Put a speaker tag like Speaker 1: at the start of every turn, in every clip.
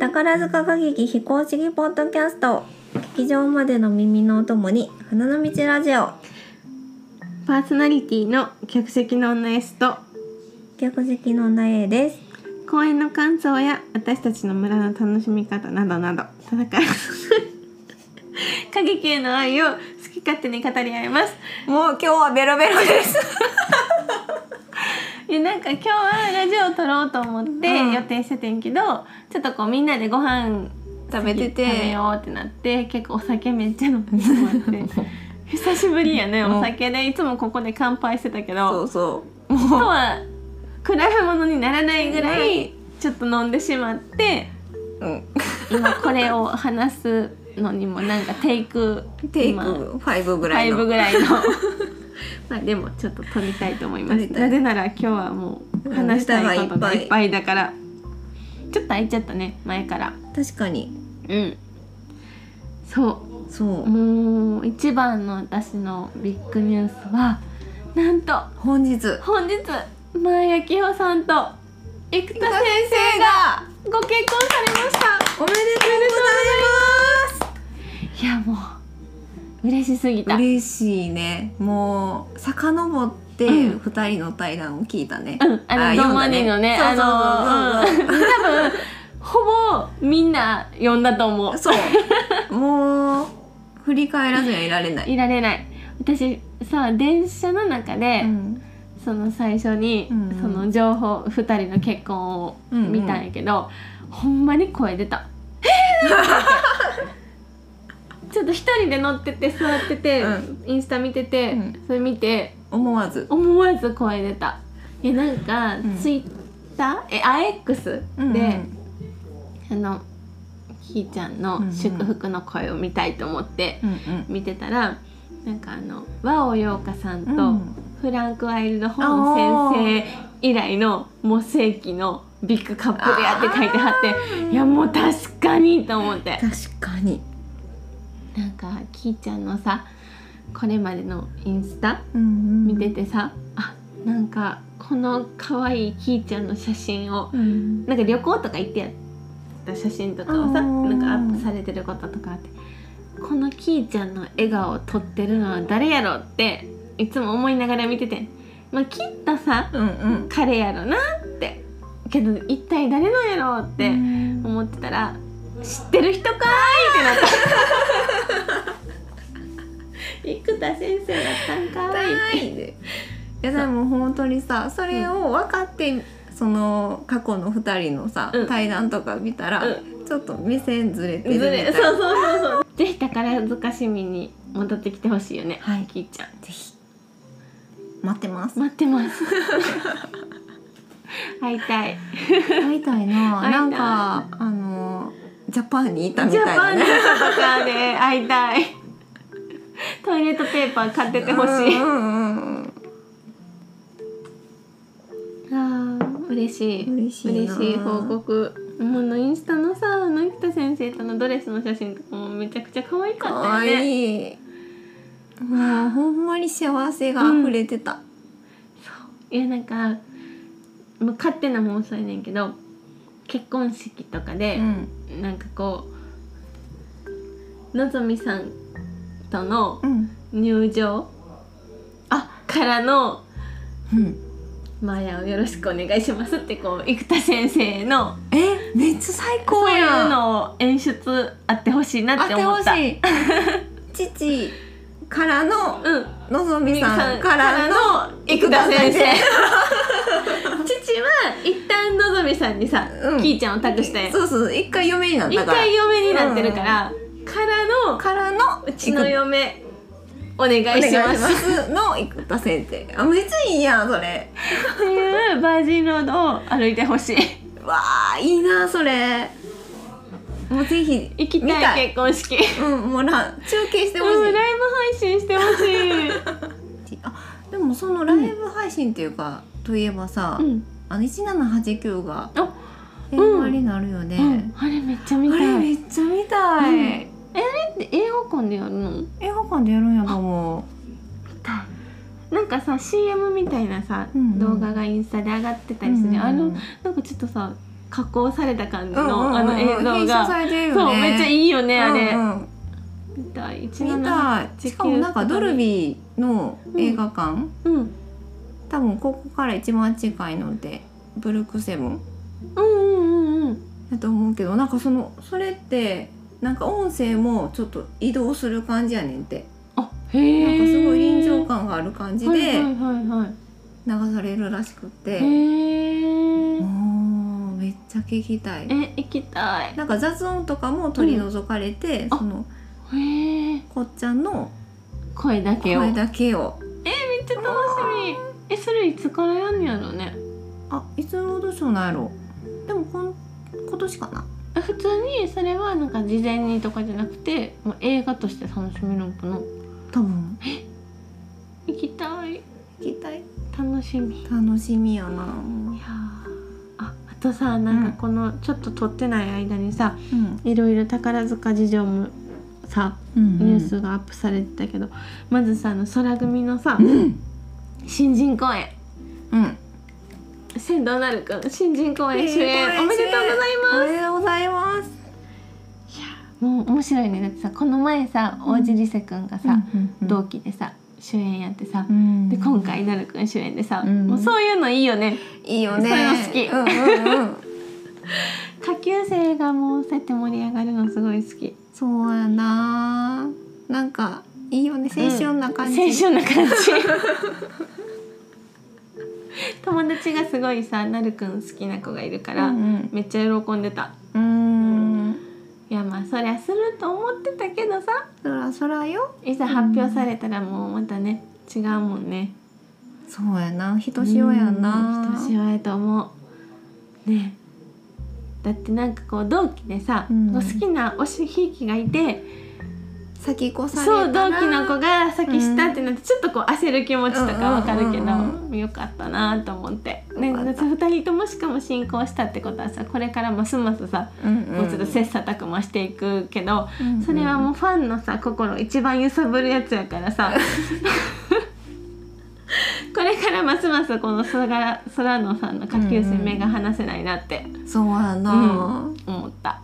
Speaker 1: 宝塚歌劇非公式ポッドキャスト劇場までの耳のお供に花の道ラジオ
Speaker 2: パーソナリティの客席の女 S と
Speaker 1: 客席の女 A です
Speaker 2: 公演の感想や私たちの村の楽しみ方などなど 戦い歌劇への愛を好き勝手に語り合います
Speaker 1: もう今日はベロベロです
Speaker 2: いやなんか今日はラジオを撮ろうと思って
Speaker 1: うん
Speaker 2: 予定しててんけど、ちょっとこうみんなでご飯
Speaker 1: 食べてて
Speaker 2: 食べようってなって結構お酒めっちゃ飲んでしまって 久しぶりやね
Speaker 1: うん
Speaker 2: お酒でいつもここで乾杯してたけ
Speaker 1: そ
Speaker 2: ど
Speaker 1: うそ
Speaker 2: 今日は比べ物にならないぐら
Speaker 1: ない
Speaker 2: ちょっと飲んでしまって
Speaker 1: う、うん、
Speaker 2: 今これを話すのにもなんかテイク
Speaker 1: テイク
Speaker 2: 今
Speaker 1: 5ぐらい
Speaker 2: 5
Speaker 1: の
Speaker 2: ぐらいの まあでもちょっと撮りたいと思いま
Speaker 1: 撮
Speaker 2: す
Speaker 1: りたい
Speaker 2: なぜなら今日はもう話したいことがいっぱいだからちょっと空いちゃったね前から
Speaker 1: 確かに
Speaker 2: うんそ
Speaker 1: そうう
Speaker 2: もう一番の私のビッグニュースはなんと
Speaker 1: 本日生
Speaker 2: 本日前明穂さんと生田先生が
Speaker 1: が
Speaker 2: ご結婚されました
Speaker 1: おめでとうござい
Speaker 2: いやもう嬉しすぎ
Speaker 1: ま
Speaker 2: た
Speaker 1: す嬉しいねもう遡って
Speaker 2: うん
Speaker 1: 二人の対談を聞いたね、
Speaker 2: うん、あ
Speaker 1: あ
Speaker 2: の、
Speaker 1: 読
Speaker 2: ド
Speaker 1: ん
Speaker 2: マ
Speaker 1: だ
Speaker 2: ネ
Speaker 1: ね
Speaker 2: のね、
Speaker 1: そう
Speaker 2: あ
Speaker 1: そう
Speaker 2: の、
Speaker 1: そう
Speaker 2: うん多分、ほぼみんな読んだと思う。
Speaker 1: そう。もう、振り返らずにはいられない。
Speaker 2: いられない。私さ、電車の中で、
Speaker 1: うん
Speaker 2: その最初に、
Speaker 1: うんうん
Speaker 2: その情報、二人の結婚を
Speaker 1: うんうん
Speaker 2: 見たんやけど、ほんまに声出た。えー、 ちょっと一人で乗ってて座ってて、
Speaker 1: うん
Speaker 2: インスタ見てて、
Speaker 1: うん
Speaker 2: それ見て
Speaker 1: 思わず。
Speaker 2: 思わず声出たえなんか、
Speaker 1: うん
Speaker 2: ツイッターえ IX で、
Speaker 1: うんうん
Speaker 2: あのひーちゃんの祝福の声を見たいと思って
Speaker 1: うんうん。
Speaker 2: 見てたら、なんかあの和尾陽香さんと、
Speaker 1: うん
Speaker 2: フランク・ワイルドホーム先生以来のもう世紀のビッグカップルやって書いてはっていやもう確かにと思って
Speaker 1: 確かに。
Speaker 2: なんかきーちゃんのさこれまでのインスタ見
Speaker 1: 見
Speaker 2: て。てさ、あなんかこの可愛いきーちゃんの写真を
Speaker 1: うん。
Speaker 2: なんか旅行とか行ってやった写真とかをさ
Speaker 1: あー
Speaker 2: なんかアップされてることとかあってこのきーちゃんの笑顔を撮ってるのは誰やろっていつも思いながら見ててまあきっとさ
Speaker 1: うんうん。
Speaker 2: 彼やろなってけど一体誰なんやろっ
Speaker 1: う
Speaker 2: て
Speaker 1: ん
Speaker 2: 思ってたら知ってる人かーいってなった生田先生だったんかーい
Speaker 1: 痛いで。いやでも本当にさそれを分かってその過去の二人のさ、
Speaker 2: うん
Speaker 1: 対談とか見たら、
Speaker 2: う
Speaker 1: ちょっと目線ずれてるみ
Speaker 2: ず
Speaker 1: たい
Speaker 2: れそうそうそうそうぜひ宝塚市民に戻ってきてほしいよね
Speaker 1: はい
Speaker 2: きーちゃん
Speaker 1: ぜひ待ってます
Speaker 2: 待ってます 会いたい
Speaker 1: 会いたいな
Speaker 2: 会いたい
Speaker 1: なんかあのジャパンにいたみ
Speaker 2: ジャ
Speaker 1: たい
Speaker 2: パ
Speaker 1: な
Speaker 2: ンの
Speaker 1: ね
Speaker 2: とかで会いたいトイレットペーパー買っててほしい
Speaker 1: うんう
Speaker 2: あ
Speaker 1: んうんうん
Speaker 2: ー嬉しい
Speaker 1: 嬉しい
Speaker 2: 嬉
Speaker 1: な
Speaker 2: しい報告もうあのインスタのさあの生田先生とのドレスの写真とかもめちゃくちゃ可愛か
Speaker 1: か
Speaker 2: った
Speaker 1: わ
Speaker 2: よね
Speaker 1: いいもうほんまに幸せが溢れてた、
Speaker 2: いやなんかもう勝手な妄想やねんけど結婚式とかで、
Speaker 1: ん
Speaker 2: なんかこうのぞみさんとの
Speaker 1: うん
Speaker 2: 入場あからの
Speaker 1: うん、
Speaker 2: 「マヤをよろしくお願いします」ってこう生田先生の
Speaker 1: えめっちゃ最高
Speaker 2: そうい
Speaker 1: や
Speaker 2: うんのを演出あってほしいな
Speaker 1: あ
Speaker 2: っ
Speaker 1: ってて
Speaker 2: 思
Speaker 1: ほ
Speaker 2: った。
Speaker 1: しい父からの
Speaker 2: うん、
Speaker 1: のぞみさんからの
Speaker 2: の生田先生 父は一旦のぞみさんにさ、
Speaker 1: うん
Speaker 2: きーちゃんを託して
Speaker 1: そうそう一回嫁になっ
Speaker 2: 一
Speaker 1: たから
Speaker 2: 回嫁になってるから、からの
Speaker 1: からの
Speaker 2: うちの
Speaker 1: いく
Speaker 2: 嫁お願い
Speaker 1: お願い
Speaker 2: し
Speaker 1: し
Speaker 2: ま
Speaker 1: ますすの生田先生あめっちゃいいやんそれ
Speaker 2: っていうバージンロードを歩いてほしい
Speaker 1: わあいいなそれもうぜひ
Speaker 2: 行き
Speaker 1: 見
Speaker 2: たい結婚式
Speaker 1: うんもうら中継してほしい、
Speaker 2: うんライブ配信してほし い
Speaker 1: あでもそのライブ配信っていうか、といえばさ、
Speaker 2: うん、
Speaker 1: あの1789が
Speaker 2: あ
Speaker 1: 映画になるよね、
Speaker 2: あれめっちゃ見
Speaker 1: あれ
Speaker 2: たい
Speaker 1: めっちゃ見たい、
Speaker 2: で映画館でやるの
Speaker 1: 映画館でやるんやと思
Speaker 2: なんかさ CM みたいなさ、
Speaker 1: うんうん
Speaker 2: 動画がインスタで上がって
Speaker 1: う
Speaker 2: たりする、
Speaker 1: うんうん
Speaker 2: あのなんかちょっとさ加工された感じ
Speaker 1: うんうんうんう
Speaker 2: の
Speaker 1: ん
Speaker 2: あの映像
Speaker 1: 編集
Speaker 2: が
Speaker 1: されてるよね
Speaker 2: そうめっちゃいいよねあれ
Speaker 1: うんうん
Speaker 2: 見たい一
Speaker 1: 見たいしかもなんかドルビーの映画館、
Speaker 2: うん
Speaker 1: 多分ここから一番近いのでブルックセブン
Speaker 2: うんうんうんうん
Speaker 1: だと思うけどなんかそのそれってなんか音声もちょっと移動する感じやねんって
Speaker 2: あへえ
Speaker 1: なんかすごい臨場感がある感じ
Speaker 2: はい
Speaker 1: で
Speaker 2: はいはいはい
Speaker 1: 流されるらしくて、
Speaker 2: へえ
Speaker 1: もうめっちゃ聞きたい
Speaker 2: え行きたい
Speaker 1: なんか雑音とかも取り除かれて、
Speaker 2: んあ
Speaker 1: その
Speaker 2: へえ
Speaker 1: こっちゃんの
Speaker 2: 声だけを
Speaker 1: 声
Speaker 2: めっ
Speaker 1: だけを
Speaker 2: ちゃ楽しみえそれいつからやんねやろね
Speaker 1: あいつロードショーなんやろでもこん今年かな
Speaker 2: あ普通にそれはなんか事前にとかじゃなくてもう映画として楽しめるのかな
Speaker 1: 多分
Speaker 2: 行きたい
Speaker 1: 聞きたい
Speaker 2: 楽しみいや
Speaker 1: 楽しみやな
Speaker 2: ーああとさなんかこのちょっと撮ってない間にさ、
Speaker 1: うん、
Speaker 2: いろいろ宝塚事情もさ
Speaker 1: うん
Speaker 2: ニュースがアップされてたけど、まずさあの空組のさ、
Speaker 1: うん
Speaker 2: 新人公演
Speaker 1: うん
Speaker 2: 千堂なるくん新人公演主
Speaker 1: えー
Speaker 2: 演、
Speaker 1: 公演
Speaker 2: おめでとうござい
Speaker 1: お
Speaker 2: ま
Speaker 1: めでとうございます
Speaker 2: すいやーもう面白いねだってさこの前さ
Speaker 1: うん
Speaker 2: 大尻瀬くんがさ、同
Speaker 1: ど
Speaker 2: 期でさ主演やってさ、
Speaker 1: うん
Speaker 2: で今回なるくん主演でさ、
Speaker 1: うん
Speaker 2: もうそういうのいいよね
Speaker 1: いいよね
Speaker 2: そういうの好き
Speaker 1: うんうんうん
Speaker 2: 下級生がもうそうやって盛り上がるのすごい好き
Speaker 1: そうやななんかいいよね青春な感じ、
Speaker 2: 青春な感じ 友達がすごいさなるくん好きな子がいるから、
Speaker 1: うん
Speaker 2: めっちゃ喜んでた
Speaker 1: うん、うん
Speaker 2: いやまあそりゃすると思ってたけどさ
Speaker 1: そらそらよ
Speaker 2: いざ発表されたらもうまたね違うもんね
Speaker 1: そうやなひとしおやな
Speaker 2: うんひとしおやと思うねだってなんかこう同期でさ、
Speaker 1: うん
Speaker 2: こう好きな推しひいきがいて
Speaker 1: 先越され
Speaker 2: そう
Speaker 1: た
Speaker 2: 同
Speaker 1: な
Speaker 2: 期の子が先したってなってちょっとこう焦る気持ちとかわかるけど、
Speaker 1: うんうん
Speaker 2: よかったなと思って、ね、
Speaker 1: よかっ
Speaker 2: 2
Speaker 1: た
Speaker 2: 人ともしかも進行したってことはさこれからますますさ
Speaker 1: うんうん
Speaker 2: もうちょっと切磋琢磨していくけど、
Speaker 1: うんうん
Speaker 2: それはもうファンのさ心を一番揺さぶるやつやから さこれからますますこの空空野さんの下級生目が離せないなって
Speaker 1: そうやな、
Speaker 2: 思った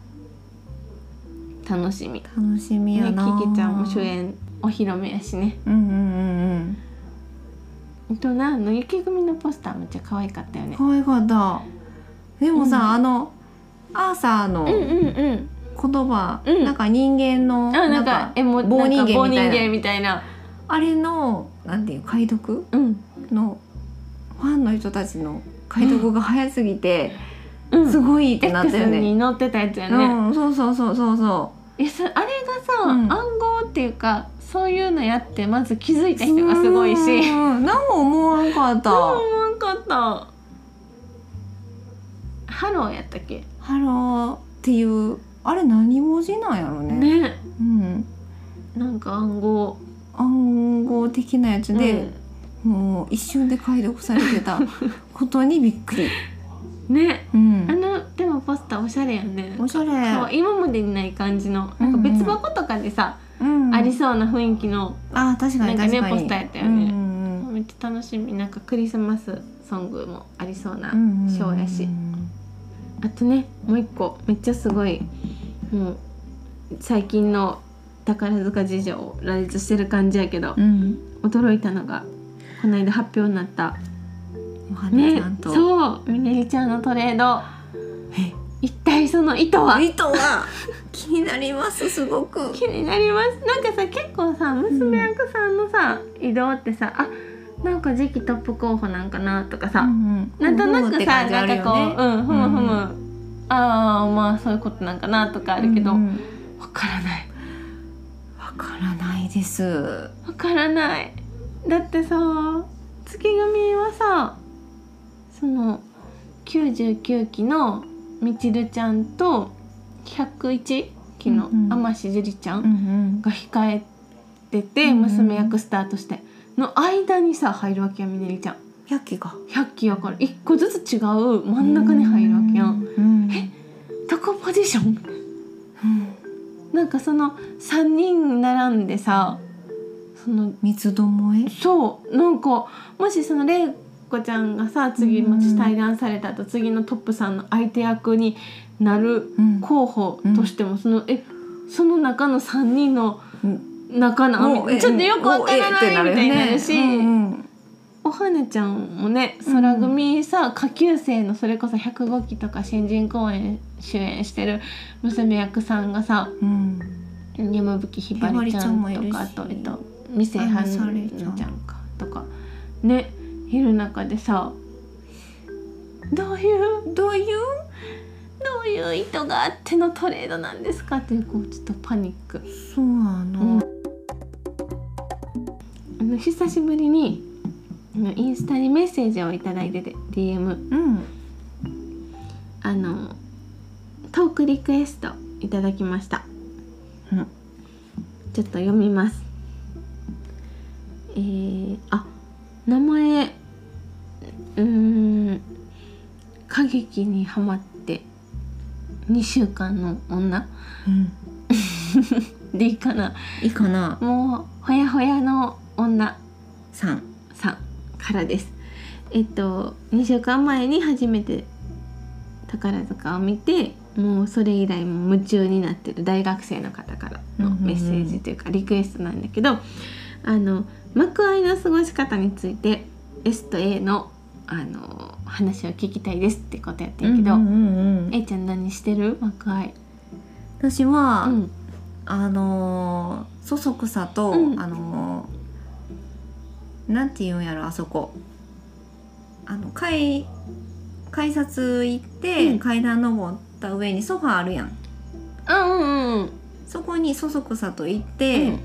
Speaker 2: 楽しみね
Speaker 1: 楽しみ
Speaker 2: キ
Speaker 1: や
Speaker 2: キ
Speaker 1: な、
Speaker 2: ちゃんも主演お披露目やしね
Speaker 1: うんうん
Speaker 2: あとなあの雪組のポスターめっちゃ可愛かったよ
Speaker 1: うんうん
Speaker 2: ね
Speaker 1: 可愛かったでもさ、
Speaker 2: うん
Speaker 1: あのアーサーの
Speaker 2: うん
Speaker 1: 言
Speaker 2: うんうん
Speaker 1: 葉、
Speaker 2: うん
Speaker 1: なんか人間の、
Speaker 2: あなんかえもう
Speaker 1: 棒人間みたいな
Speaker 2: 棒人間みたいな
Speaker 1: あれのなんていう解読
Speaker 2: うん
Speaker 1: のファンの人たちの解読が早すぎて、
Speaker 2: うん
Speaker 1: すごいってなったよ
Speaker 2: X
Speaker 1: ね。
Speaker 2: に乗ってたやつやね、
Speaker 1: うん、そうそうそうそうそ
Speaker 2: えそあれがさ、
Speaker 1: うん。
Speaker 2: 暗号っていうかそういうのやってまず気づいうた人がすごいし
Speaker 1: うんうん何も思わんかった。
Speaker 2: そう思わんかったハローやったっけ
Speaker 1: ハローっていうあれ何文字なんやろね。
Speaker 2: ね
Speaker 1: うん、
Speaker 2: なんか暗号
Speaker 1: 暗号的なやつで、
Speaker 2: う
Speaker 1: もう一瞬で解読されて たことにびっくり。
Speaker 2: んね
Speaker 1: う
Speaker 2: あ
Speaker 1: ん、
Speaker 2: のでもポスターおしゃれやんね
Speaker 1: おしゃれ。
Speaker 2: そう今までにない感じのなんか別箱とかでさ、
Speaker 1: うん、
Speaker 2: ありそうな雰囲気の
Speaker 1: あ確かに
Speaker 2: なん
Speaker 1: 確
Speaker 2: かね
Speaker 1: かに。
Speaker 2: ポスターやったよね
Speaker 1: うんうんうん
Speaker 2: めっちゃ楽しみなんかクリスマスソングもありそうな
Speaker 1: うんうん
Speaker 2: ショーやし、あとねもう一個めっちゃすごいもう最近の宝塚事情を羅列してる感じやけど、
Speaker 1: うん、
Speaker 2: 驚いたのがこの間発表になった
Speaker 1: お花
Speaker 2: ね
Speaker 1: ちゃんと、
Speaker 2: そうみねりちゃんのトレード
Speaker 1: え
Speaker 2: 一体その意図は
Speaker 1: 糸は気になりますすごく。
Speaker 2: 気になりますなんかさ結構さ娘役さんのさ、移動ってさあなんか次期トップ候補なんかなとかさ、なんとなくさ、なんかこう、うん、ふむふむ、
Speaker 1: うん
Speaker 2: ああまあそういうことなんかなとかあ
Speaker 1: あ
Speaker 2: るけど、
Speaker 1: わ、うん
Speaker 2: わからない
Speaker 1: わからないです。
Speaker 2: わからないだってさ月組はさその99期のみちるちゃんと101期の
Speaker 1: うんうん
Speaker 2: 天志樹里ちゃ
Speaker 1: うんん
Speaker 2: が控えてて、
Speaker 1: うんうん
Speaker 2: 娘役スタートしての間にさ入るわけやみねりちゃん
Speaker 1: 百鬼が
Speaker 2: 100期やから1個ずつ違う真ん中に入るわけやん、
Speaker 1: うん。
Speaker 2: えどこポジション
Speaker 1: うん
Speaker 2: なんかその3人並んでさその
Speaker 1: 三つどもえ。
Speaker 2: そうなんかもしその玲こちゃんがさ次もし対談された後次のトップさんの相手役になる
Speaker 1: うん
Speaker 2: 候補としても、そのえその中の3人の
Speaker 1: うん
Speaker 2: 中なの
Speaker 1: もうえ
Speaker 2: ちょっとよくわから
Speaker 1: も
Speaker 2: な
Speaker 1: うえっ
Speaker 2: い
Speaker 1: てなる
Speaker 2: み
Speaker 1: よ
Speaker 2: た
Speaker 1: ね
Speaker 2: いになるし、
Speaker 1: うんうん
Speaker 2: おはねちゃんもね空組さ、下級生のそれこそ105期とか新人公演主演してる娘役さんがさ
Speaker 1: うん
Speaker 2: 山吹ひばりちゃんとかあと
Speaker 1: ひば
Speaker 2: え
Speaker 1: り
Speaker 2: っ
Speaker 1: ちゃん
Speaker 2: と三瀬春
Speaker 1: あされ
Speaker 2: 菜
Speaker 1: ちゃん
Speaker 2: ちゃんかとかねいる中でさどういう
Speaker 1: どういう
Speaker 2: どういう意図があってのトレードなんですかっていうこうちょっとパニック。
Speaker 1: そうなの、
Speaker 2: あの久しぶりにあのインスタにメッセージをいただいてて DM
Speaker 1: うん
Speaker 2: あのトークリクエストいただきました
Speaker 1: うん
Speaker 2: ちょっと読みますえー、あ名前うーん過激にはまって2週間の女
Speaker 1: うん、
Speaker 2: でいいかない
Speaker 1: いかな
Speaker 2: もうほやほやの女
Speaker 1: さん
Speaker 2: さんからです。えっと2週間前に初めて宝塚を見てもうそれ以来もう夢中になってる大学生の方からのメッセージというかリクエストなんだけどあの幕愛の過ごし方について S と A のあの話を聞きたいですってことやってんけど、
Speaker 1: うんうんうん、
Speaker 2: A ちゃん何してる幕愛、
Speaker 1: 私は、
Speaker 2: うん、
Speaker 1: あのーそそくさと、
Speaker 2: うん
Speaker 1: あのーなんて言うんやろあそこあの改改札行って、
Speaker 2: うん
Speaker 1: 階段登った上にソファあるやん
Speaker 2: うんうんうん
Speaker 1: そこにそそくさと行っ
Speaker 2: う
Speaker 1: て
Speaker 2: ん、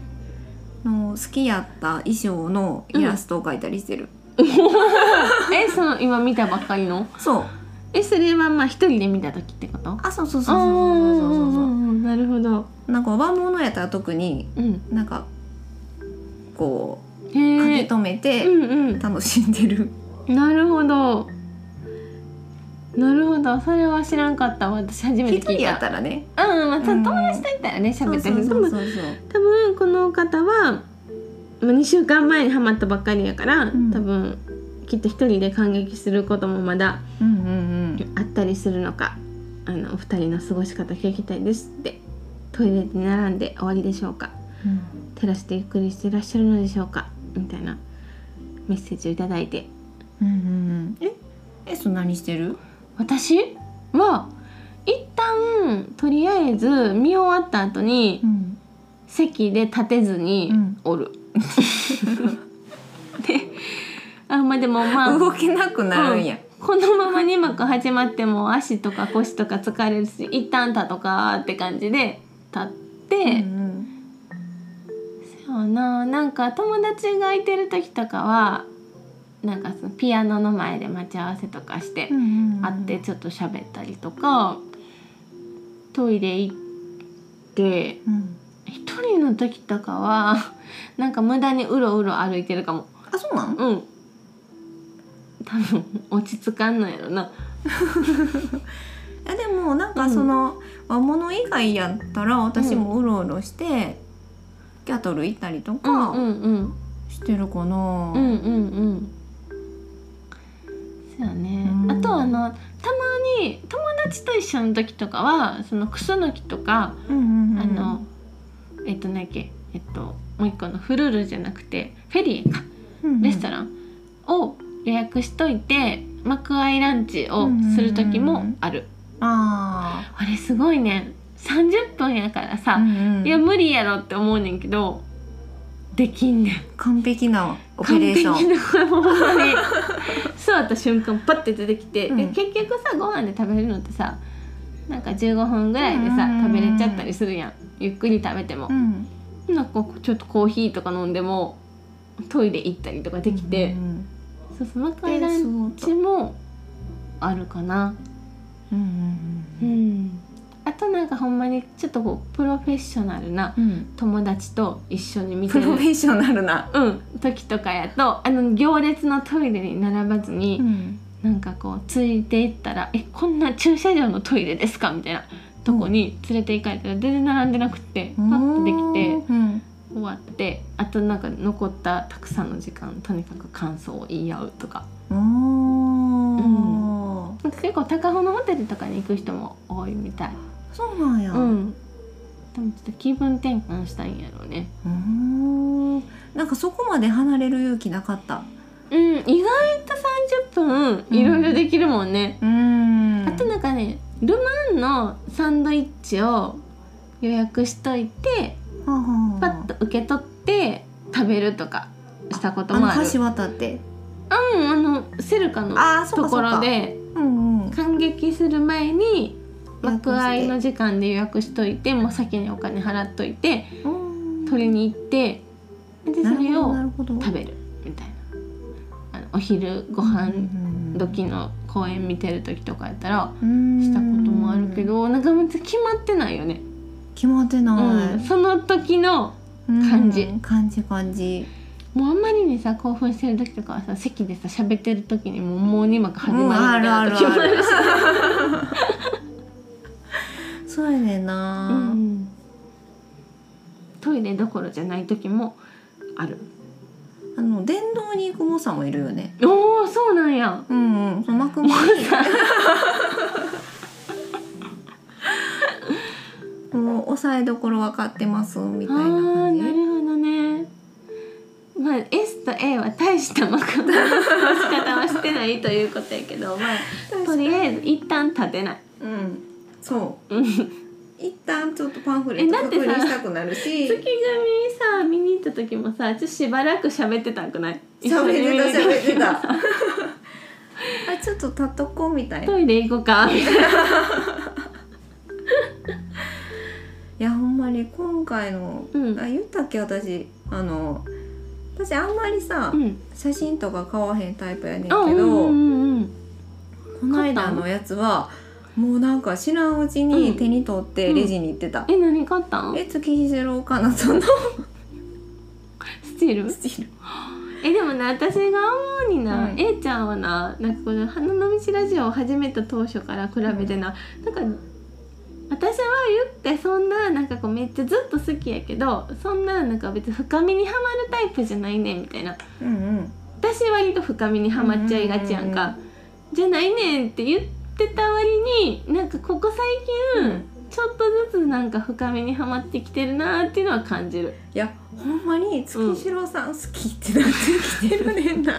Speaker 1: の好きやった衣装のイラストを描いたりしてる、
Speaker 2: えその今見たばっかりの
Speaker 1: そう
Speaker 2: えそれはまあ一人で見た時ってこと
Speaker 1: あそうそう
Speaker 2: そうそうそ
Speaker 1: そうそうそうそうそう
Speaker 2: うそうなるほど。
Speaker 1: なんか和物やったら特に
Speaker 2: うん。
Speaker 1: なんかこう書
Speaker 2: へ
Speaker 1: き
Speaker 2: え。
Speaker 1: 留め
Speaker 2: う
Speaker 1: て
Speaker 2: ん
Speaker 1: 楽しんでる、
Speaker 2: うん。なるほど。なるほど。それは知らんかったわ。私初め
Speaker 1: 一
Speaker 2: て
Speaker 1: 人
Speaker 2: 聞い。
Speaker 1: やったたらね
Speaker 2: うんうん、まあ、
Speaker 1: うん
Speaker 2: 友達といたらね、喋ったりする。
Speaker 1: そ
Speaker 2: で
Speaker 1: うそう
Speaker 2: も
Speaker 1: そうそう
Speaker 2: 多分この方は。まあ、2週間前にハマったばっかりやから、
Speaker 1: ん
Speaker 2: 多分きっと一人で感激することもまだ
Speaker 1: うんうん
Speaker 2: あったりするのかあのお二人の過ごし方聞きたいですってトイレに並んで終わりでしょうか
Speaker 1: うん
Speaker 2: 照らしてゆっくりしていらっしゃるのでしょうかみたいなメッセージをいただいて
Speaker 1: うんうんうんええそ何してる
Speaker 2: 私は一旦とりあえず見終わった後に
Speaker 1: ん
Speaker 2: 席で立てずに
Speaker 1: うん
Speaker 2: おる。 であまあでもまあ
Speaker 1: 動けなくなるんや、
Speaker 2: このまま2幕始まっても足とか腰とか疲れるし一旦立とかって感じで立って。
Speaker 1: うん
Speaker 2: そうななんか友達がいてる時とかはなんかそのピアノの前で待ち合わせとかして
Speaker 1: うんうんうん
Speaker 2: 会ってちょっと喋ったりとかトイレ行って
Speaker 1: うん
Speaker 2: 一人の時とかはなんか無駄にうろうろ歩いてるかも
Speaker 1: あそうなん
Speaker 2: うん多分落ち着かんのやろな
Speaker 1: えでもなんかその、和物以外やったら私もうろうろして、キャトル行ったりと
Speaker 2: うんう
Speaker 1: か
Speaker 2: んうん
Speaker 1: してるかな、
Speaker 2: うんうんうんそうよね、
Speaker 1: うん
Speaker 2: あとあのたまに友達と一緒の時とかはそのクスノキとか、
Speaker 1: うんうんうん
Speaker 2: あのえっと何やっけえっともう一個のフルルじゃなくてフェリーか
Speaker 1: うんうん
Speaker 2: レストランを予約しといて幕開ランチをする時もある、
Speaker 1: あ
Speaker 2: あれすごいね30分やから
Speaker 1: あ、
Speaker 2: さ、
Speaker 1: ん
Speaker 2: いや無理やろって思うねんけどできんねん
Speaker 1: 完璧なオペレーション
Speaker 2: 完璧なほんまに座った瞬間パッて出てきて、
Speaker 1: うん
Speaker 2: え結局さご飯で食べるのってさなんか15分ぐらいでさ
Speaker 1: うん
Speaker 2: 食べれちゃったりするやんゆっくり食べても
Speaker 1: う、ん
Speaker 2: なんかこうちょっとコーヒーとか飲んでもトイレ行ったりとかできて、
Speaker 1: うん
Speaker 2: そうそうマカ
Speaker 1: で
Speaker 2: イラン
Speaker 1: そう
Speaker 2: チもあるかな
Speaker 1: うんう
Speaker 2: う
Speaker 1: ん
Speaker 2: んあとなんかほんまにちょっとこうプロフェッショナルな
Speaker 1: うんうん
Speaker 2: 友達と一緒に見て
Speaker 1: プ
Speaker 2: る
Speaker 1: ロフェッショナルな、
Speaker 2: うん、時とかやとあの行列のトイレに並ばずに、
Speaker 1: ん、
Speaker 2: なんかこうついていったら「えこんな駐車場のトイレですか?」みたいなとこに連れて行かれたら全然並んでなくってパッとできて
Speaker 1: うん
Speaker 2: 終わってあとなんか残ったたくさんの時間とにかく感想を言い合うとか
Speaker 1: おー
Speaker 2: なんか結構高尾のホテルとかに行く人も多いみたい
Speaker 1: そうなんや、
Speaker 2: うんでもちょっと気分転換したいんやろうね
Speaker 1: うーんなんかそこまで離れる勇気なかった
Speaker 2: うん意外と30分いろいろできるもんね、
Speaker 1: うーん
Speaker 2: あとなんかねルマンのサンドイッチを予約しといて
Speaker 1: はあはあ
Speaker 2: パッと受け取って食べるとかしたこと
Speaker 1: あ
Speaker 2: も
Speaker 1: の
Speaker 2: ある
Speaker 1: 橋渡って
Speaker 2: うんあのセルカの
Speaker 1: ああそう
Speaker 2: と
Speaker 1: かそ
Speaker 2: こ
Speaker 1: うか
Speaker 2: ろで
Speaker 1: うんうん
Speaker 2: 感激する前に
Speaker 1: 予約して
Speaker 2: 幕開の時間で予約しといてもう先にお金払っといて
Speaker 1: うん
Speaker 2: 取りに行ってでそ
Speaker 1: なる
Speaker 2: れ
Speaker 1: ほど
Speaker 2: を
Speaker 1: なるほど
Speaker 2: 食べるみたいなあのお昼ご飯時の公演見てる時とかやったらしたこともあるけどなんか別に決まってないよね、
Speaker 1: 決まってな
Speaker 2: うん、その時の
Speaker 1: い、うん
Speaker 2: 感じ
Speaker 1: 感じ感じ
Speaker 2: もうあんまりにさ興奮してる時とかはさ席でさ喋ってる時にもうもう2幕始まるみ
Speaker 1: うん
Speaker 2: た
Speaker 1: あ
Speaker 2: い
Speaker 1: るあ
Speaker 2: な
Speaker 1: る
Speaker 2: 時もあ
Speaker 1: あ
Speaker 2: る
Speaker 1: る
Speaker 2: し、
Speaker 1: そうやねん
Speaker 2: う
Speaker 1: な、
Speaker 2: ん、トイレどころじゃない時もある
Speaker 1: あの電動に行く猛者もいるよね
Speaker 2: おおそうなんや
Speaker 1: うんうんその幕ももう抑えどころ分かってますみたいな
Speaker 2: ああ
Speaker 1: 感
Speaker 2: ー
Speaker 1: じ
Speaker 2: なるほどねまあ S と A は大したまかの仕方はしてないということやけどまあとりあえず一旦立てない
Speaker 1: うんそう
Speaker 2: うん
Speaker 1: 一旦ちょっとパンフレット
Speaker 2: えだっ
Speaker 1: 確
Speaker 2: てさ
Speaker 1: 認したくなるし
Speaker 2: 月組さ見に行った時もさちょっとしばらく喋ってたくない
Speaker 1: 喋ってた
Speaker 2: 一緒に見
Speaker 1: 喋
Speaker 2: に
Speaker 1: って たあちょっと立っとこうみたいない
Speaker 2: トイレ行こうかみたいな
Speaker 1: やほんまに今回の、
Speaker 2: うん
Speaker 1: あ言ったっけ私あの私あんまりさ、
Speaker 2: うん
Speaker 1: 写真とか買わへんタイプやねんけ
Speaker 2: あ
Speaker 1: ど、
Speaker 2: うんうんうん
Speaker 1: この間のやつはもうなんか知らんうち
Speaker 2: う
Speaker 1: に
Speaker 2: ん
Speaker 1: 手に取ってレジに行ってた、
Speaker 2: え何買ったん
Speaker 1: え月日ゼロかなその
Speaker 2: スチール
Speaker 1: ス チール
Speaker 2: えでもね私が思うにな、
Speaker 1: うん
Speaker 2: A ちゃんはななんかこの「花の道ラジオ」を始めた当初から比べてな、なんか私は言ってそんななんかこうめっちゃずっと好きやけどそんななんか別に深みにはまるタイプじゃないねんみたいな
Speaker 1: うんうん
Speaker 2: 私割と深みにはまっちゃいがちやんか、じゃないねんって言ってた割になんかここ最近、
Speaker 1: うん
Speaker 2: ちょっとずつなんか深みにはまってきてるなーっていうのは感じる
Speaker 1: いやほんまに月城さん好きってなってきてるねんな、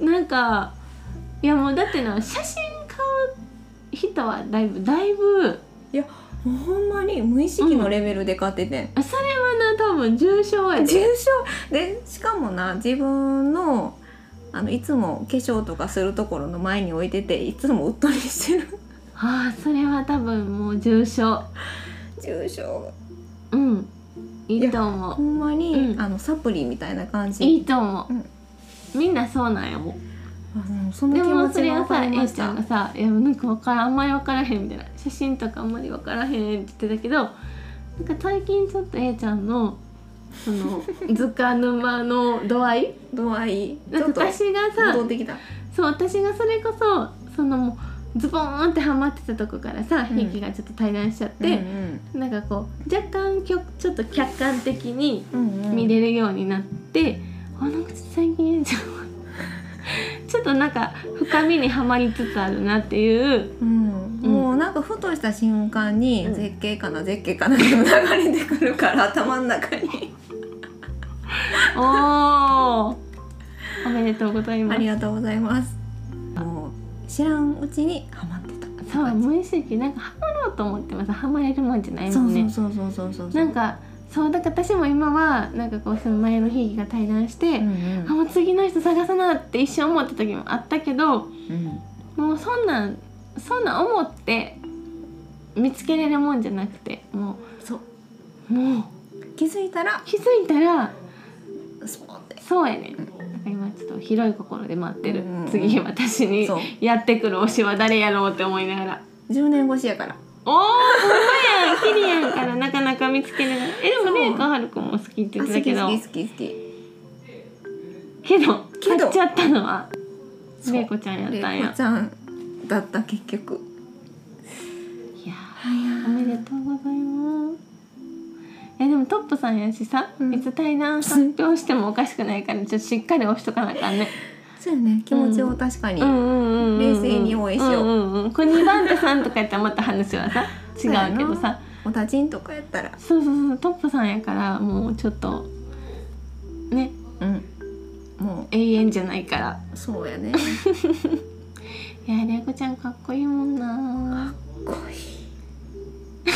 Speaker 2: なんかいやもうだってな写真買う人はだいぶだいぶ
Speaker 1: もうほんまに無意識のレベルで買っててん、
Speaker 2: あそれはな多分重症や
Speaker 1: 重
Speaker 2: で
Speaker 1: 症でしかもな自分のあのいつも化粧とかするところの前に置いてていつもうっとりしてる
Speaker 2: ああそれは多分もう重症
Speaker 1: 重症
Speaker 2: うんいいと思
Speaker 1: ほんまに、
Speaker 2: うん
Speaker 1: あのサプリみたいな感
Speaker 2: う
Speaker 1: じ
Speaker 2: いいと思う、
Speaker 1: うん
Speaker 2: みんなそうなんやもん
Speaker 1: あのその
Speaker 2: で
Speaker 1: 気持
Speaker 2: もそ
Speaker 1: ち
Speaker 2: れ
Speaker 1: が
Speaker 2: は
Speaker 1: 分か
Speaker 2: さ
Speaker 1: りま
Speaker 2: A
Speaker 1: し
Speaker 2: ちゃ
Speaker 1: た
Speaker 2: んがさ「いやなんかわからんあんまり分からへん」みたいな「写真とかあんまり分からへん」って言ってたけどなんか最近ちょっと A ちゃんの その図鑑沼の度合い
Speaker 1: 度合いち
Speaker 2: な
Speaker 1: ょ
Speaker 2: ん
Speaker 1: っと
Speaker 2: か私がさ
Speaker 1: 戻ってきた
Speaker 2: そう私がそれこそそのもうズボーンってハマってたとこからさ
Speaker 1: うん
Speaker 2: ひいきがちょっと対談しちゃっ
Speaker 1: で
Speaker 2: て、なんかこう若干きょちょっと客観的に見
Speaker 1: 見
Speaker 2: れるようになって、あなんか最近ちょっとちょっとなんか深みにはまりつつあるなっ ていう
Speaker 1: うん、もうなんかふとした瞬間に
Speaker 2: うん
Speaker 1: 絶景かな、絶景かなって流れてくるから頭の中に
Speaker 2: おーおめでとうございま
Speaker 1: あ
Speaker 2: す
Speaker 1: り。がとうございますもう知らんうちにハマってた
Speaker 2: そう無意識なんかハマろうと思ってもさハマれるもんじゃない
Speaker 1: そ
Speaker 2: もん
Speaker 1: う
Speaker 2: ね。
Speaker 1: そうそうそうそうそう
Speaker 2: なんかそうだから私も今はなんかこうその前のひいきが対談して、
Speaker 1: うん
Speaker 2: あもう次の人探さなって一瞬思った時もあったけど
Speaker 1: うん
Speaker 2: もうそんなんそんなん思って見つけれるもんじゃなくても
Speaker 1: そう
Speaker 2: うもう
Speaker 1: 気づいたら
Speaker 2: 気づいたら
Speaker 1: スポンって
Speaker 2: そうやね
Speaker 1: うん
Speaker 2: んなんか今ちょっと広い心で待って
Speaker 1: う
Speaker 2: る、
Speaker 1: んうんうん
Speaker 2: 次私に
Speaker 1: そう
Speaker 2: やってくる推しは誰やろうって思いながら。
Speaker 1: 10年越しやから
Speaker 2: おーほんまやんキリやんからなかなか見つけれないえでも
Speaker 1: そう
Speaker 2: レイカはるくんも好きって
Speaker 1: あ好
Speaker 2: 言ってたけ
Speaker 1: き
Speaker 2: ど
Speaker 1: 好き好き好き
Speaker 2: けど
Speaker 1: けど
Speaker 2: 買っちゃったのは
Speaker 1: そう
Speaker 2: レイコちゃんやったん
Speaker 1: 玲
Speaker 2: や
Speaker 1: 子ちゃんだった結局
Speaker 2: いや
Speaker 1: は
Speaker 2: ーおめでとうございますえでもトップさんやしさ、
Speaker 1: うん
Speaker 2: いつ対談発表してもおかしくないからちょっとしっかり押しとかなあかんね
Speaker 1: そうよね気持ちを確かに、
Speaker 2: うんうんうんうん
Speaker 1: 冷静に応援しようん
Speaker 2: うんうん、これ2番手さんとかやったらまた話はさ違
Speaker 1: そうや
Speaker 2: う
Speaker 1: な
Speaker 2: けどさ
Speaker 1: おたちんとかやったら
Speaker 2: そうそうそうトップさんやからもうちょっとね
Speaker 1: うんも
Speaker 2: 永遠じゃないから
Speaker 1: うそうやね
Speaker 2: いや玲子ちゃんかっこいいもんな
Speaker 1: かっこい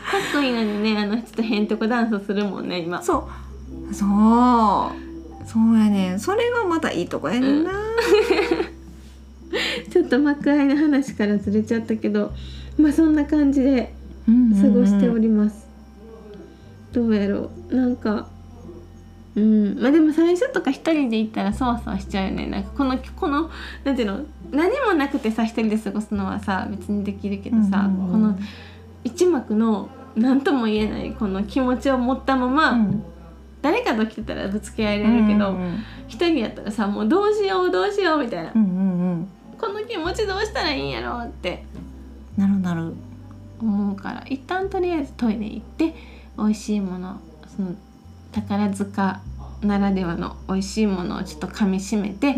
Speaker 2: かっこいいのにねあのちょっとへんてこダンスするもんね今
Speaker 1: いそうそうそうやねんそれがまたいいとこやねんな、
Speaker 2: ちょっと幕開の話からずれちゃったけどまあそんな感じで
Speaker 1: うん
Speaker 2: 過ごしてお
Speaker 1: り
Speaker 2: ります、どうやろうなんかうんまあでも最初とか一人で行ったらそわそわしちゃうよねなんかこのこのなんていうの何もなくてさ一人で過ごすのはさ別にできるけどさ、この一幕の何とも言えないこの気持ちを持ったまま、誰かと来てたらぶつけ合えられるけど
Speaker 1: うん
Speaker 2: 一、人やったらさもうどうしようどうしようみたいな、
Speaker 1: うんうんうん
Speaker 2: この気持ちどうしたらいいんやろうって
Speaker 1: なるなる
Speaker 2: 思うから一旦とりあえずトイレ行って美味しいものその宝塚ならではの美味しいものをちょっと噛みしめて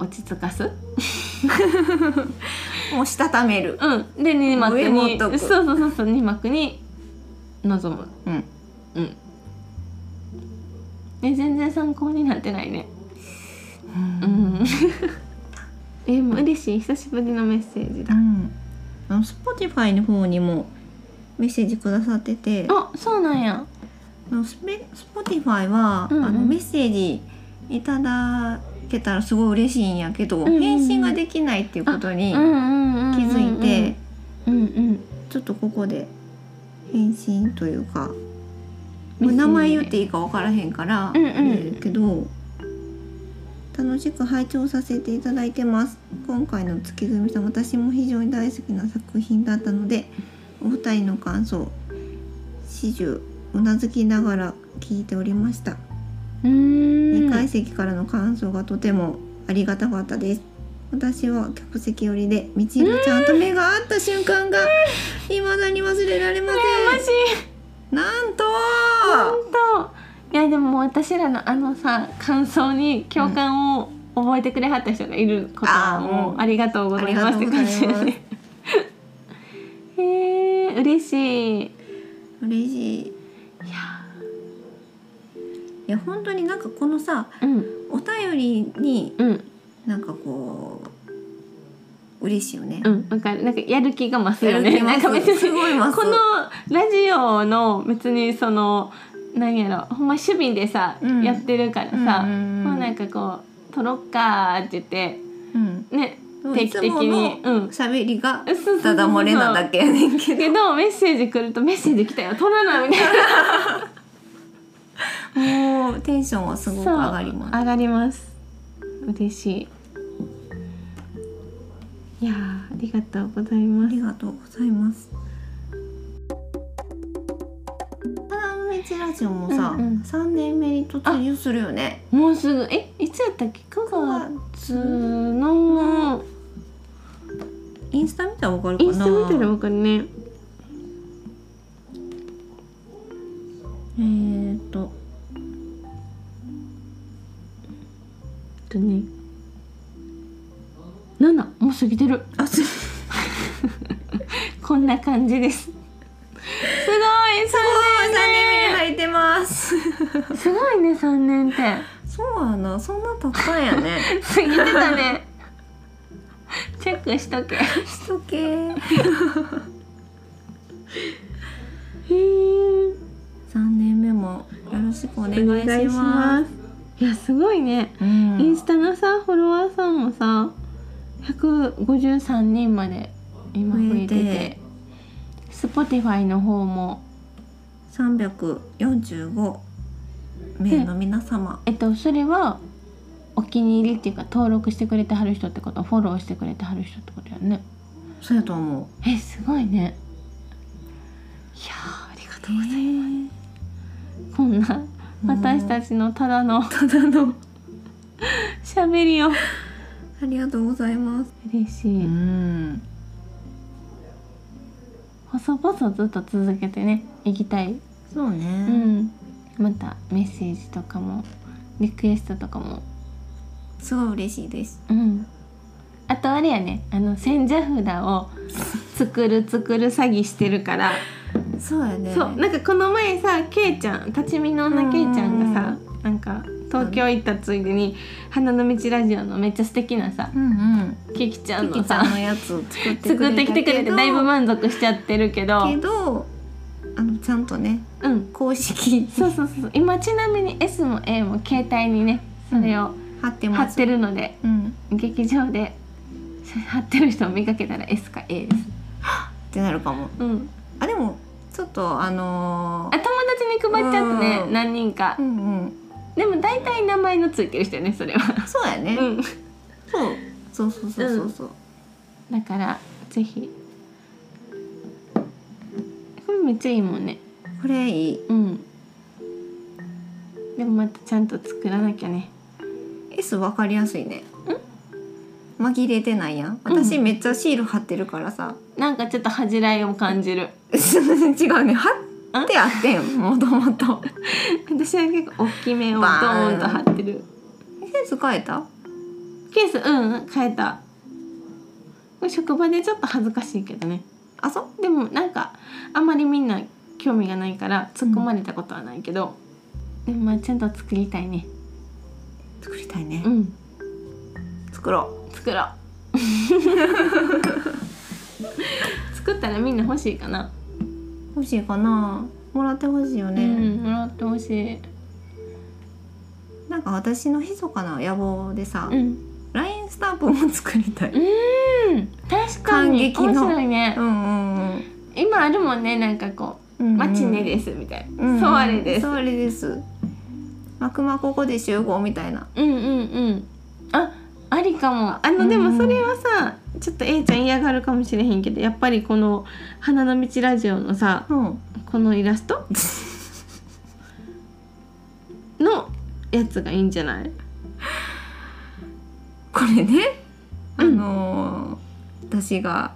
Speaker 2: 落ち着かす、
Speaker 1: もうしたためる
Speaker 2: うん、で2幕
Speaker 1: 上持っ
Speaker 2: にそ
Speaker 1: と
Speaker 2: う
Speaker 1: く
Speaker 2: そうそうそう2幕に臨む
Speaker 1: うん
Speaker 2: うんえ全然参考になってないねう
Speaker 1: うん
Speaker 2: ん えもう嬉しい久しぶりのメッセージだ
Speaker 1: あの Spotify の方にもメッセージくださってて
Speaker 2: あそうなんや
Speaker 1: あのスペ Spotify は、
Speaker 2: うんうん
Speaker 1: あのメッセージいただけたらすごい嬉しいんやけど、
Speaker 2: んうん
Speaker 1: 返信ができないっていうこと
Speaker 2: 気
Speaker 1: に気づいて、
Speaker 2: うんうん
Speaker 1: ちょっとここで返信というか
Speaker 2: メッセージね
Speaker 1: 名前言っていいか分からへんから、
Speaker 2: うんうん
Speaker 1: 言うけど楽しく拝聴させていただいてます今回の月組さん私も非常に大好きな作品だったのでお二人の感想始終うなずきながら聞いておりました、
Speaker 2: うーん
Speaker 1: 2階席からの感想がとてもありがたかったです私は客席寄りでみちるちゃんと目が合った瞬間が未だに忘れられません
Speaker 2: 羨ましい
Speaker 1: なんと
Speaker 2: 本当いやでももう私らのあのさ感想に共感を覚えてくれはった人がいることは
Speaker 1: あー
Speaker 2: も
Speaker 1: う
Speaker 2: うんありがとうございますって感じ
Speaker 1: ありがとうござ
Speaker 2: よ
Speaker 1: います
Speaker 2: ね。へえ嬉しい。い
Speaker 1: 嬉しい
Speaker 2: や
Speaker 1: いや本当になんかこのさ
Speaker 2: うん
Speaker 1: お便りに
Speaker 2: うん
Speaker 1: なんかこう嬉しいよね
Speaker 2: う。んわかるなんかやる気が増すよ
Speaker 1: やる
Speaker 2: ね。
Speaker 1: 気増
Speaker 2: な
Speaker 1: す
Speaker 2: んか別
Speaker 1: す
Speaker 2: に
Speaker 1: ごい増す
Speaker 2: このラジオの別にその何やろほんま趣味でさ、
Speaker 1: うん
Speaker 2: やってるからさ、
Speaker 1: うんうんうん
Speaker 2: もうなんかこう撮ろっかーって言って
Speaker 1: うん、
Speaker 2: ね
Speaker 1: もう
Speaker 2: 定
Speaker 1: い
Speaker 2: 期
Speaker 1: つ
Speaker 2: 的に
Speaker 1: もの
Speaker 2: うん
Speaker 1: 喋りが
Speaker 2: そうそうそう
Speaker 1: ただ漏れなだけやねんけど
Speaker 2: けどメッセージ来るとメッセージ来たよ取らないみたいな
Speaker 1: もうテンション はす
Speaker 2: そ
Speaker 1: ご
Speaker 2: う
Speaker 1: く上がります。
Speaker 2: 上がります嬉しいいやーありがとうござい
Speaker 1: あ
Speaker 2: ます
Speaker 1: りがとうございます。花の道ラジオもさ、
Speaker 2: うんうん
Speaker 1: 三年目に突入するよね。
Speaker 2: もうすぐえいつやったっけ9月の
Speaker 1: インスタ見たらわかるか
Speaker 2: イ
Speaker 1: な。
Speaker 2: ンスタ見たらわかるね
Speaker 1: えーっと
Speaker 2: えっとね7もう過ぎてる
Speaker 1: あす
Speaker 2: こんな感じです すごい
Speaker 1: すごい 三年目に入ってます。
Speaker 2: すごいね3年って
Speaker 1: そうやな、そんなたったんやね。
Speaker 2: 過ぎてたねチェックしとけ
Speaker 1: しとけ。
Speaker 2: へえ。
Speaker 1: 三年目もよろしくお願いします。
Speaker 2: いやすごいね。
Speaker 1: うん
Speaker 2: インスタのさフォロワーさんもさ、153人まで今増え
Speaker 1: 増
Speaker 2: て
Speaker 1: え
Speaker 2: て、Spotify の方も
Speaker 1: 三百四十五名の皆様。
Speaker 2: えっとそれはお気に入りっていうか登録してくれてはる人ってこと、フォローしてくれてはる人ってことやね。
Speaker 1: そうやと思う。
Speaker 2: えすごいね。いやーありがとうございます。こんな私た
Speaker 1: ち
Speaker 2: ちのただの
Speaker 1: ただの
Speaker 2: 喋りを
Speaker 1: ありがとうございます。
Speaker 2: 嬉しい。
Speaker 1: ん。
Speaker 2: 細々ずっと続けてねいきたい、
Speaker 1: そうね、
Speaker 2: うん、またメッセージとかもリクエストとかも、
Speaker 1: すごい嬉しいです
Speaker 2: うん、あとあれやねあの千社札を作る作る詐欺してるから、
Speaker 1: そうやね
Speaker 2: そうなんかこの前さけいちゃん立ち見の女けいちゃんがさなんか東京行ったついでに「花の道ラジオ」のめっちゃ素敵なさ
Speaker 1: うんうん
Speaker 2: けきちゃん
Speaker 1: キ
Speaker 2: の
Speaker 1: キちゃん
Speaker 2: さ
Speaker 1: のやつを作ってく
Speaker 2: 作
Speaker 1: れ
Speaker 2: ってき
Speaker 1: た
Speaker 2: てく
Speaker 1: け
Speaker 2: れて
Speaker 1: ど
Speaker 2: だいぶ満足しちゃってるけど
Speaker 1: けどあのちゃんとね
Speaker 2: うん
Speaker 1: 公式
Speaker 2: そうそうそう今ちなみに S も A も携帯にねそれを
Speaker 1: 貼って
Speaker 2: 貼
Speaker 1: ま
Speaker 2: っ
Speaker 1: す
Speaker 2: てるので、
Speaker 1: うん
Speaker 2: 劇場で貼ってる人を見かけたら S か A です。
Speaker 1: ってなるかも
Speaker 2: うん、
Speaker 1: あでもちょっとあの
Speaker 2: あ友達に配っちゃったね
Speaker 1: うん
Speaker 2: 何人か
Speaker 1: ー、うんうん
Speaker 2: でも大体名前のついてる人よねそれは。
Speaker 1: そうやね、
Speaker 2: うん
Speaker 1: そうそうそうそうそうそう、
Speaker 2: だからぜひこれめっちゃいいもんね
Speaker 1: これいい
Speaker 2: うんでもまたちゃんと作らなきゃね
Speaker 1: S 分かりやすいね紛れてないやん私めっちゃシール貼ってるからさ、
Speaker 2: なんかちょっと恥じらいを感じる
Speaker 1: 違うね貼ってあってんもとも と
Speaker 2: 私は結構大きめをド
Speaker 1: バーン
Speaker 2: ーンと貼ってる
Speaker 1: センス変えた
Speaker 2: ケースうん変えたこれ職場でちょっと恥ずかしいけどね
Speaker 1: あそう
Speaker 2: でもなんかあんまりみんな興味がないから突っ込まれたことはないけど、でもまあちゃんと作りたいね
Speaker 1: 作りたいね、
Speaker 2: うん
Speaker 1: 作ろ
Speaker 2: 作ろ う作ったらみんな欲しいかな、
Speaker 1: う欲しいかなもらってほしいよ
Speaker 2: う
Speaker 1: ね、
Speaker 2: んもらってほしい
Speaker 1: なんか私の密かな野望でさ、
Speaker 2: うん、
Speaker 1: ラインスタンプも作りたい、
Speaker 2: うん確か
Speaker 1: 感
Speaker 2: に
Speaker 1: 激の
Speaker 2: 面白いね、
Speaker 1: うんうんうん
Speaker 2: 今あるもんねなんかこ
Speaker 1: う
Speaker 2: う「
Speaker 1: ん
Speaker 2: マチネです」みたいな
Speaker 1: う
Speaker 2: 「
Speaker 1: んうん
Speaker 2: ソワレです
Speaker 1: ソ」ワレですマクマここで集合みたいな
Speaker 2: うんうんうんあありかもあのでもそれはさちょっと A ちゃん嫌がるかもしれへんけどやっぱりこの「花の道ラジオ」のさ
Speaker 1: うん
Speaker 2: このイラス トのやつがいいんじゃない
Speaker 1: これね、あ
Speaker 2: うん
Speaker 1: のー私が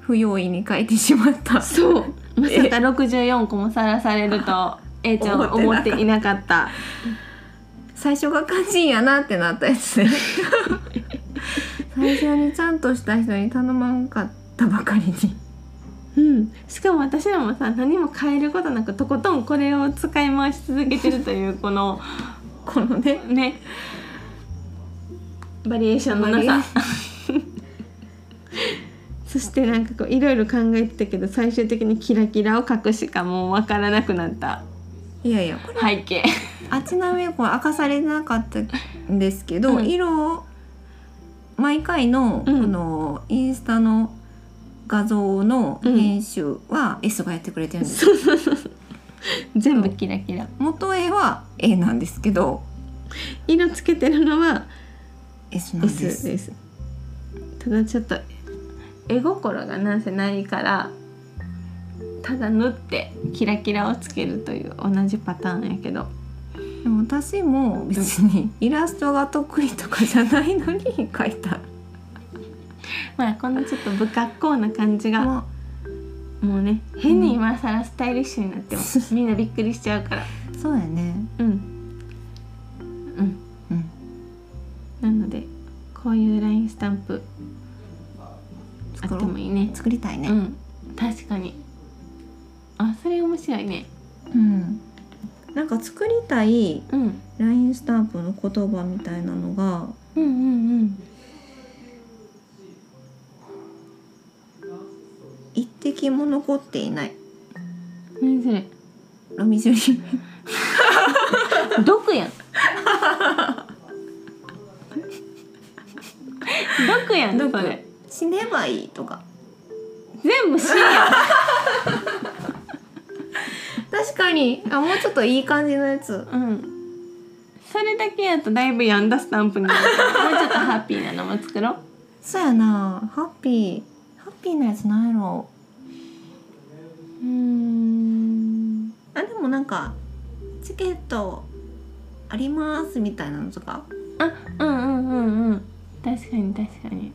Speaker 1: 不用意に書いてしまった
Speaker 2: そうまさか64個もさらされると A ちゃんは思っていなかった
Speaker 1: 最初が肝心やなってなったやつね最初にちゃんとした人に頼まんかったばかりに
Speaker 2: うんしかも私らもさ何も変えることなくとことんこれを使い回し続けてるというこの
Speaker 1: このね
Speaker 2: ねバリエーションの
Speaker 1: バリエ
Speaker 2: な
Speaker 1: ー
Speaker 2: さそしてなんかこういろいろ考えてたけど最終的にキラキラを書くしかもう分からなくなった
Speaker 1: いやいやこれ
Speaker 2: 背景
Speaker 1: あちなみにこれ明かされてなかったんですけど、
Speaker 2: うん
Speaker 1: 色を毎回のこ
Speaker 2: うん
Speaker 1: のインスタの画像の編集は S がやってくれてるんです、
Speaker 2: 全部キラキラ
Speaker 1: 元絵は A なんですけど
Speaker 2: 色つけてるのは
Speaker 1: S なんです
Speaker 2: S ですただちょっと絵心がなんせないからただ縫ってキラキラをつけるという同じパターンやけど
Speaker 1: でも私も別にイラストが得意とかじゃないのに描いた
Speaker 2: まあこんなちょっと不格好な感じが
Speaker 1: も
Speaker 2: もうね変に今更スタイリッシュになってもみんなびっくりしちゃうから
Speaker 1: うそうやね
Speaker 2: うんうん
Speaker 1: うん
Speaker 2: なのでこういうラインスタンプあって
Speaker 1: 作ろ
Speaker 2: も
Speaker 1: う
Speaker 2: いいね
Speaker 1: 作りたいね
Speaker 2: うん確かにあそれ面白いね
Speaker 1: うん、なんか作りたい
Speaker 2: うん
Speaker 1: ラインスタンプの言葉みたいなのが
Speaker 2: うんうんうん
Speaker 1: 一滴も残っていない
Speaker 2: 何それ
Speaker 1: ロミジュリ
Speaker 2: 毒やん 毒やん
Speaker 1: 毒
Speaker 2: それ
Speaker 1: 死ねばいいとか
Speaker 2: 全部死んやん
Speaker 1: 確かにあもうちょっといい感じのやつ
Speaker 2: うんそれだけやとだいぶ病んだスタンプになるからもうちょっとハッピーなのも作ろう
Speaker 1: そうやなハッピーハッピーなやつなんやろ
Speaker 2: うーん
Speaker 1: あでもなんかチケットありますみたいなのとか
Speaker 2: あうんうんうんうん確かに確かに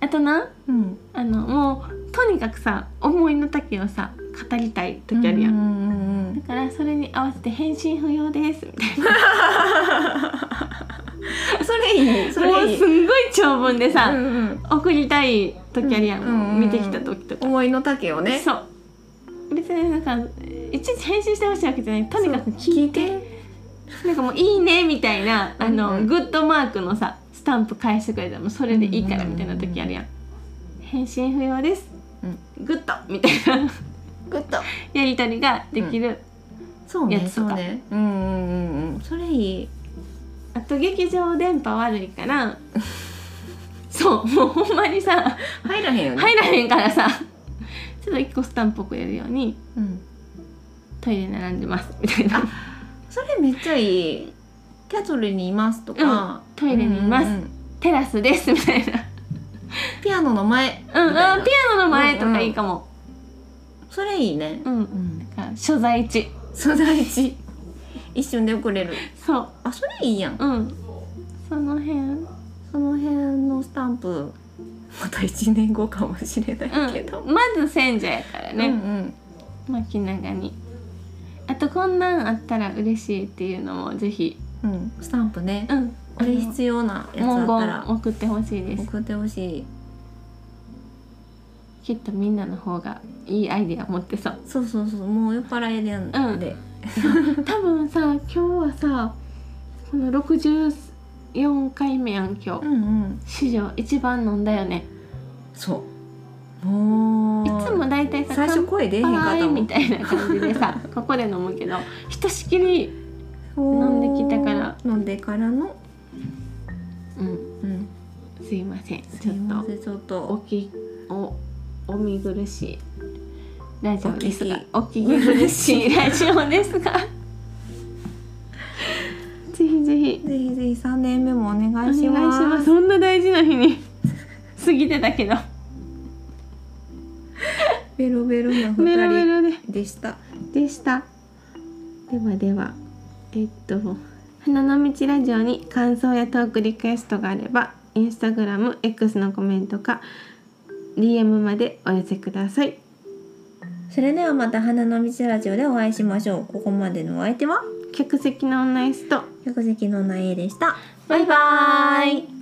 Speaker 2: あとな
Speaker 1: うん
Speaker 2: あのもうとにかくさ思いの丈をさ語りたい時あるやん、
Speaker 1: うんうんうん
Speaker 2: だからそれに合わせて返信不要ですみたい
Speaker 1: それいいそ
Speaker 2: なもう
Speaker 1: れいい
Speaker 2: すんごい長文でさ、
Speaker 1: うんうん
Speaker 2: 送りたい時あるやん、
Speaker 1: うんうんうん
Speaker 2: 見てきた時とか、
Speaker 1: 思いの丈をね
Speaker 2: そう別になんかいちいち返信してほしいわけじゃないとにかく聞いてなんかもう「いいね」みたいなあの、
Speaker 1: うんうん
Speaker 2: グッドマークのさスタンプ返してくれたらもうそれでいいからみたいな時あるやん「返信不要です」グッド」みたいな
Speaker 1: グッと
Speaker 2: やり取りができる、
Speaker 1: そうね
Speaker 2: やつと
Speaker 1: そう
Speaker 2: か
Speaker 1: ねうんうんうんうんそれいい
Speaker 2: あと劇場電波悪いからそうもうほんまにさ
Speaker 1: 入らへんよね
Speaker 2: 入らへんからさちょっと1個スタンプ送れるように
Speaker 1: うん
Speaker 2: トイレ並んでますみたいな
Speaker 1: それめっちゃいいテトルにいますとか
Speaker 2: トイレにいます
Speaker 1: うんうんうん
Speaker 2: テラスですみたいな
Speaker 1: ピアノの前
Speaker 2: うん
Speaker 1: みたい
Speaker 2: あ
Speaker 1: な
Speaker 2: ピアノの前とかいいかも
Speaker 1: それいいね
Speaker 2: うん、
Speaker 1: うん
Speaker 2: だから所在地
Speaker 1: 素材地一瞬で遅れる
Speaker 2: そう
Speaker 1: あそれいいやん
Speaker 2: うんその辺うん
Speaker 1: その辺のスタンプまた1年後かもしれないけど、
Speaker 2: まず選者やから
Speaker 1: うんう
Speaker 2: ね、
Speaker 1: ん
Speaker 2: 巻き長にあとこんなんあったら嬉しいっていうのもぜひ
Speaker 1: うん、スタンプね
Speaker 2: うん
Speaker 1: これ必要なやつあ
Speaker 2: 文
Speaker 1: った
Speaker 2: 言
Speaker 1: ら
Speaker 2: 送ってほしいです
Speaker 1: 送ってほしい
Speaker 2: きっとみんなの方がいいアイディア持ってそう
Speaker 1: そうそうそうもう酔っ払いでん
Speaker 2: うん
Speaker 1: で、
Speaker 2: 多分さ今日はさこの64回目やん今
Speaker 1: う
Speaker 2: 日
Speaker 1: ん、うん
Speaker 2: 史上一番飲んだよね
Speaker 1: そうもう
Speaker 2: いつもだいたいさ
Speaker 1: 最初声出えへんかっ
Speaker 2: 乾
Speaker 1: た
Speaker 2: 杯
Speaker 1: もん
Speaker 2: みたいな感じでさ ここで飲むけどひとしきり、
Speaker 1: そう
Speaker 2: 飲んできたから
Speaker 1: 飲んでからの
Speaker 2: うん、
Speaker 1: うん
Speaker 2: すいません
Speaker 1: す
Speaker 2: ち
Speaker 1: い
Speaker 2: ょ
Speaker 1: ま
Speaker 2: っ
Speaker 1: せんちょっ
Speaker 2: とお
Speaker 1: と
Speaker 2: きおお見苦しいラジオですがお
Speaker 1: お
Speaker 2: 聞
Speaker 1: 聞き
Speaker 2: き苦しいラジオです がぜひぜひ
Speaker 1: ぜひぜひ三年目もお願
Speaker 2: お
Speaker 1: い
Speaker 2: 願い
Speaker 1: し
Speaker 2: し
Speaker 1: ます
Speaker 2: ますそんな大事な日に 過ぎてたけど
Speaker 1: ベロベロな
Speaker 2: メロメ
Speaker 1: 二
Speaker 2: ロで
Speaker 1: 人でした
Speaker 2: でしたではではえっと花の道ラジオに感想やトークリクエストがあればインスタグラム X のコメントか DM までお寄せください
Speaker 1: それではまた花の道ラジオでお会いしましょうここまでのお相手は
Speaker 2: 客席の女 S と
Speaker 1: 百席のなえでした
Speaker 2: バイバーイ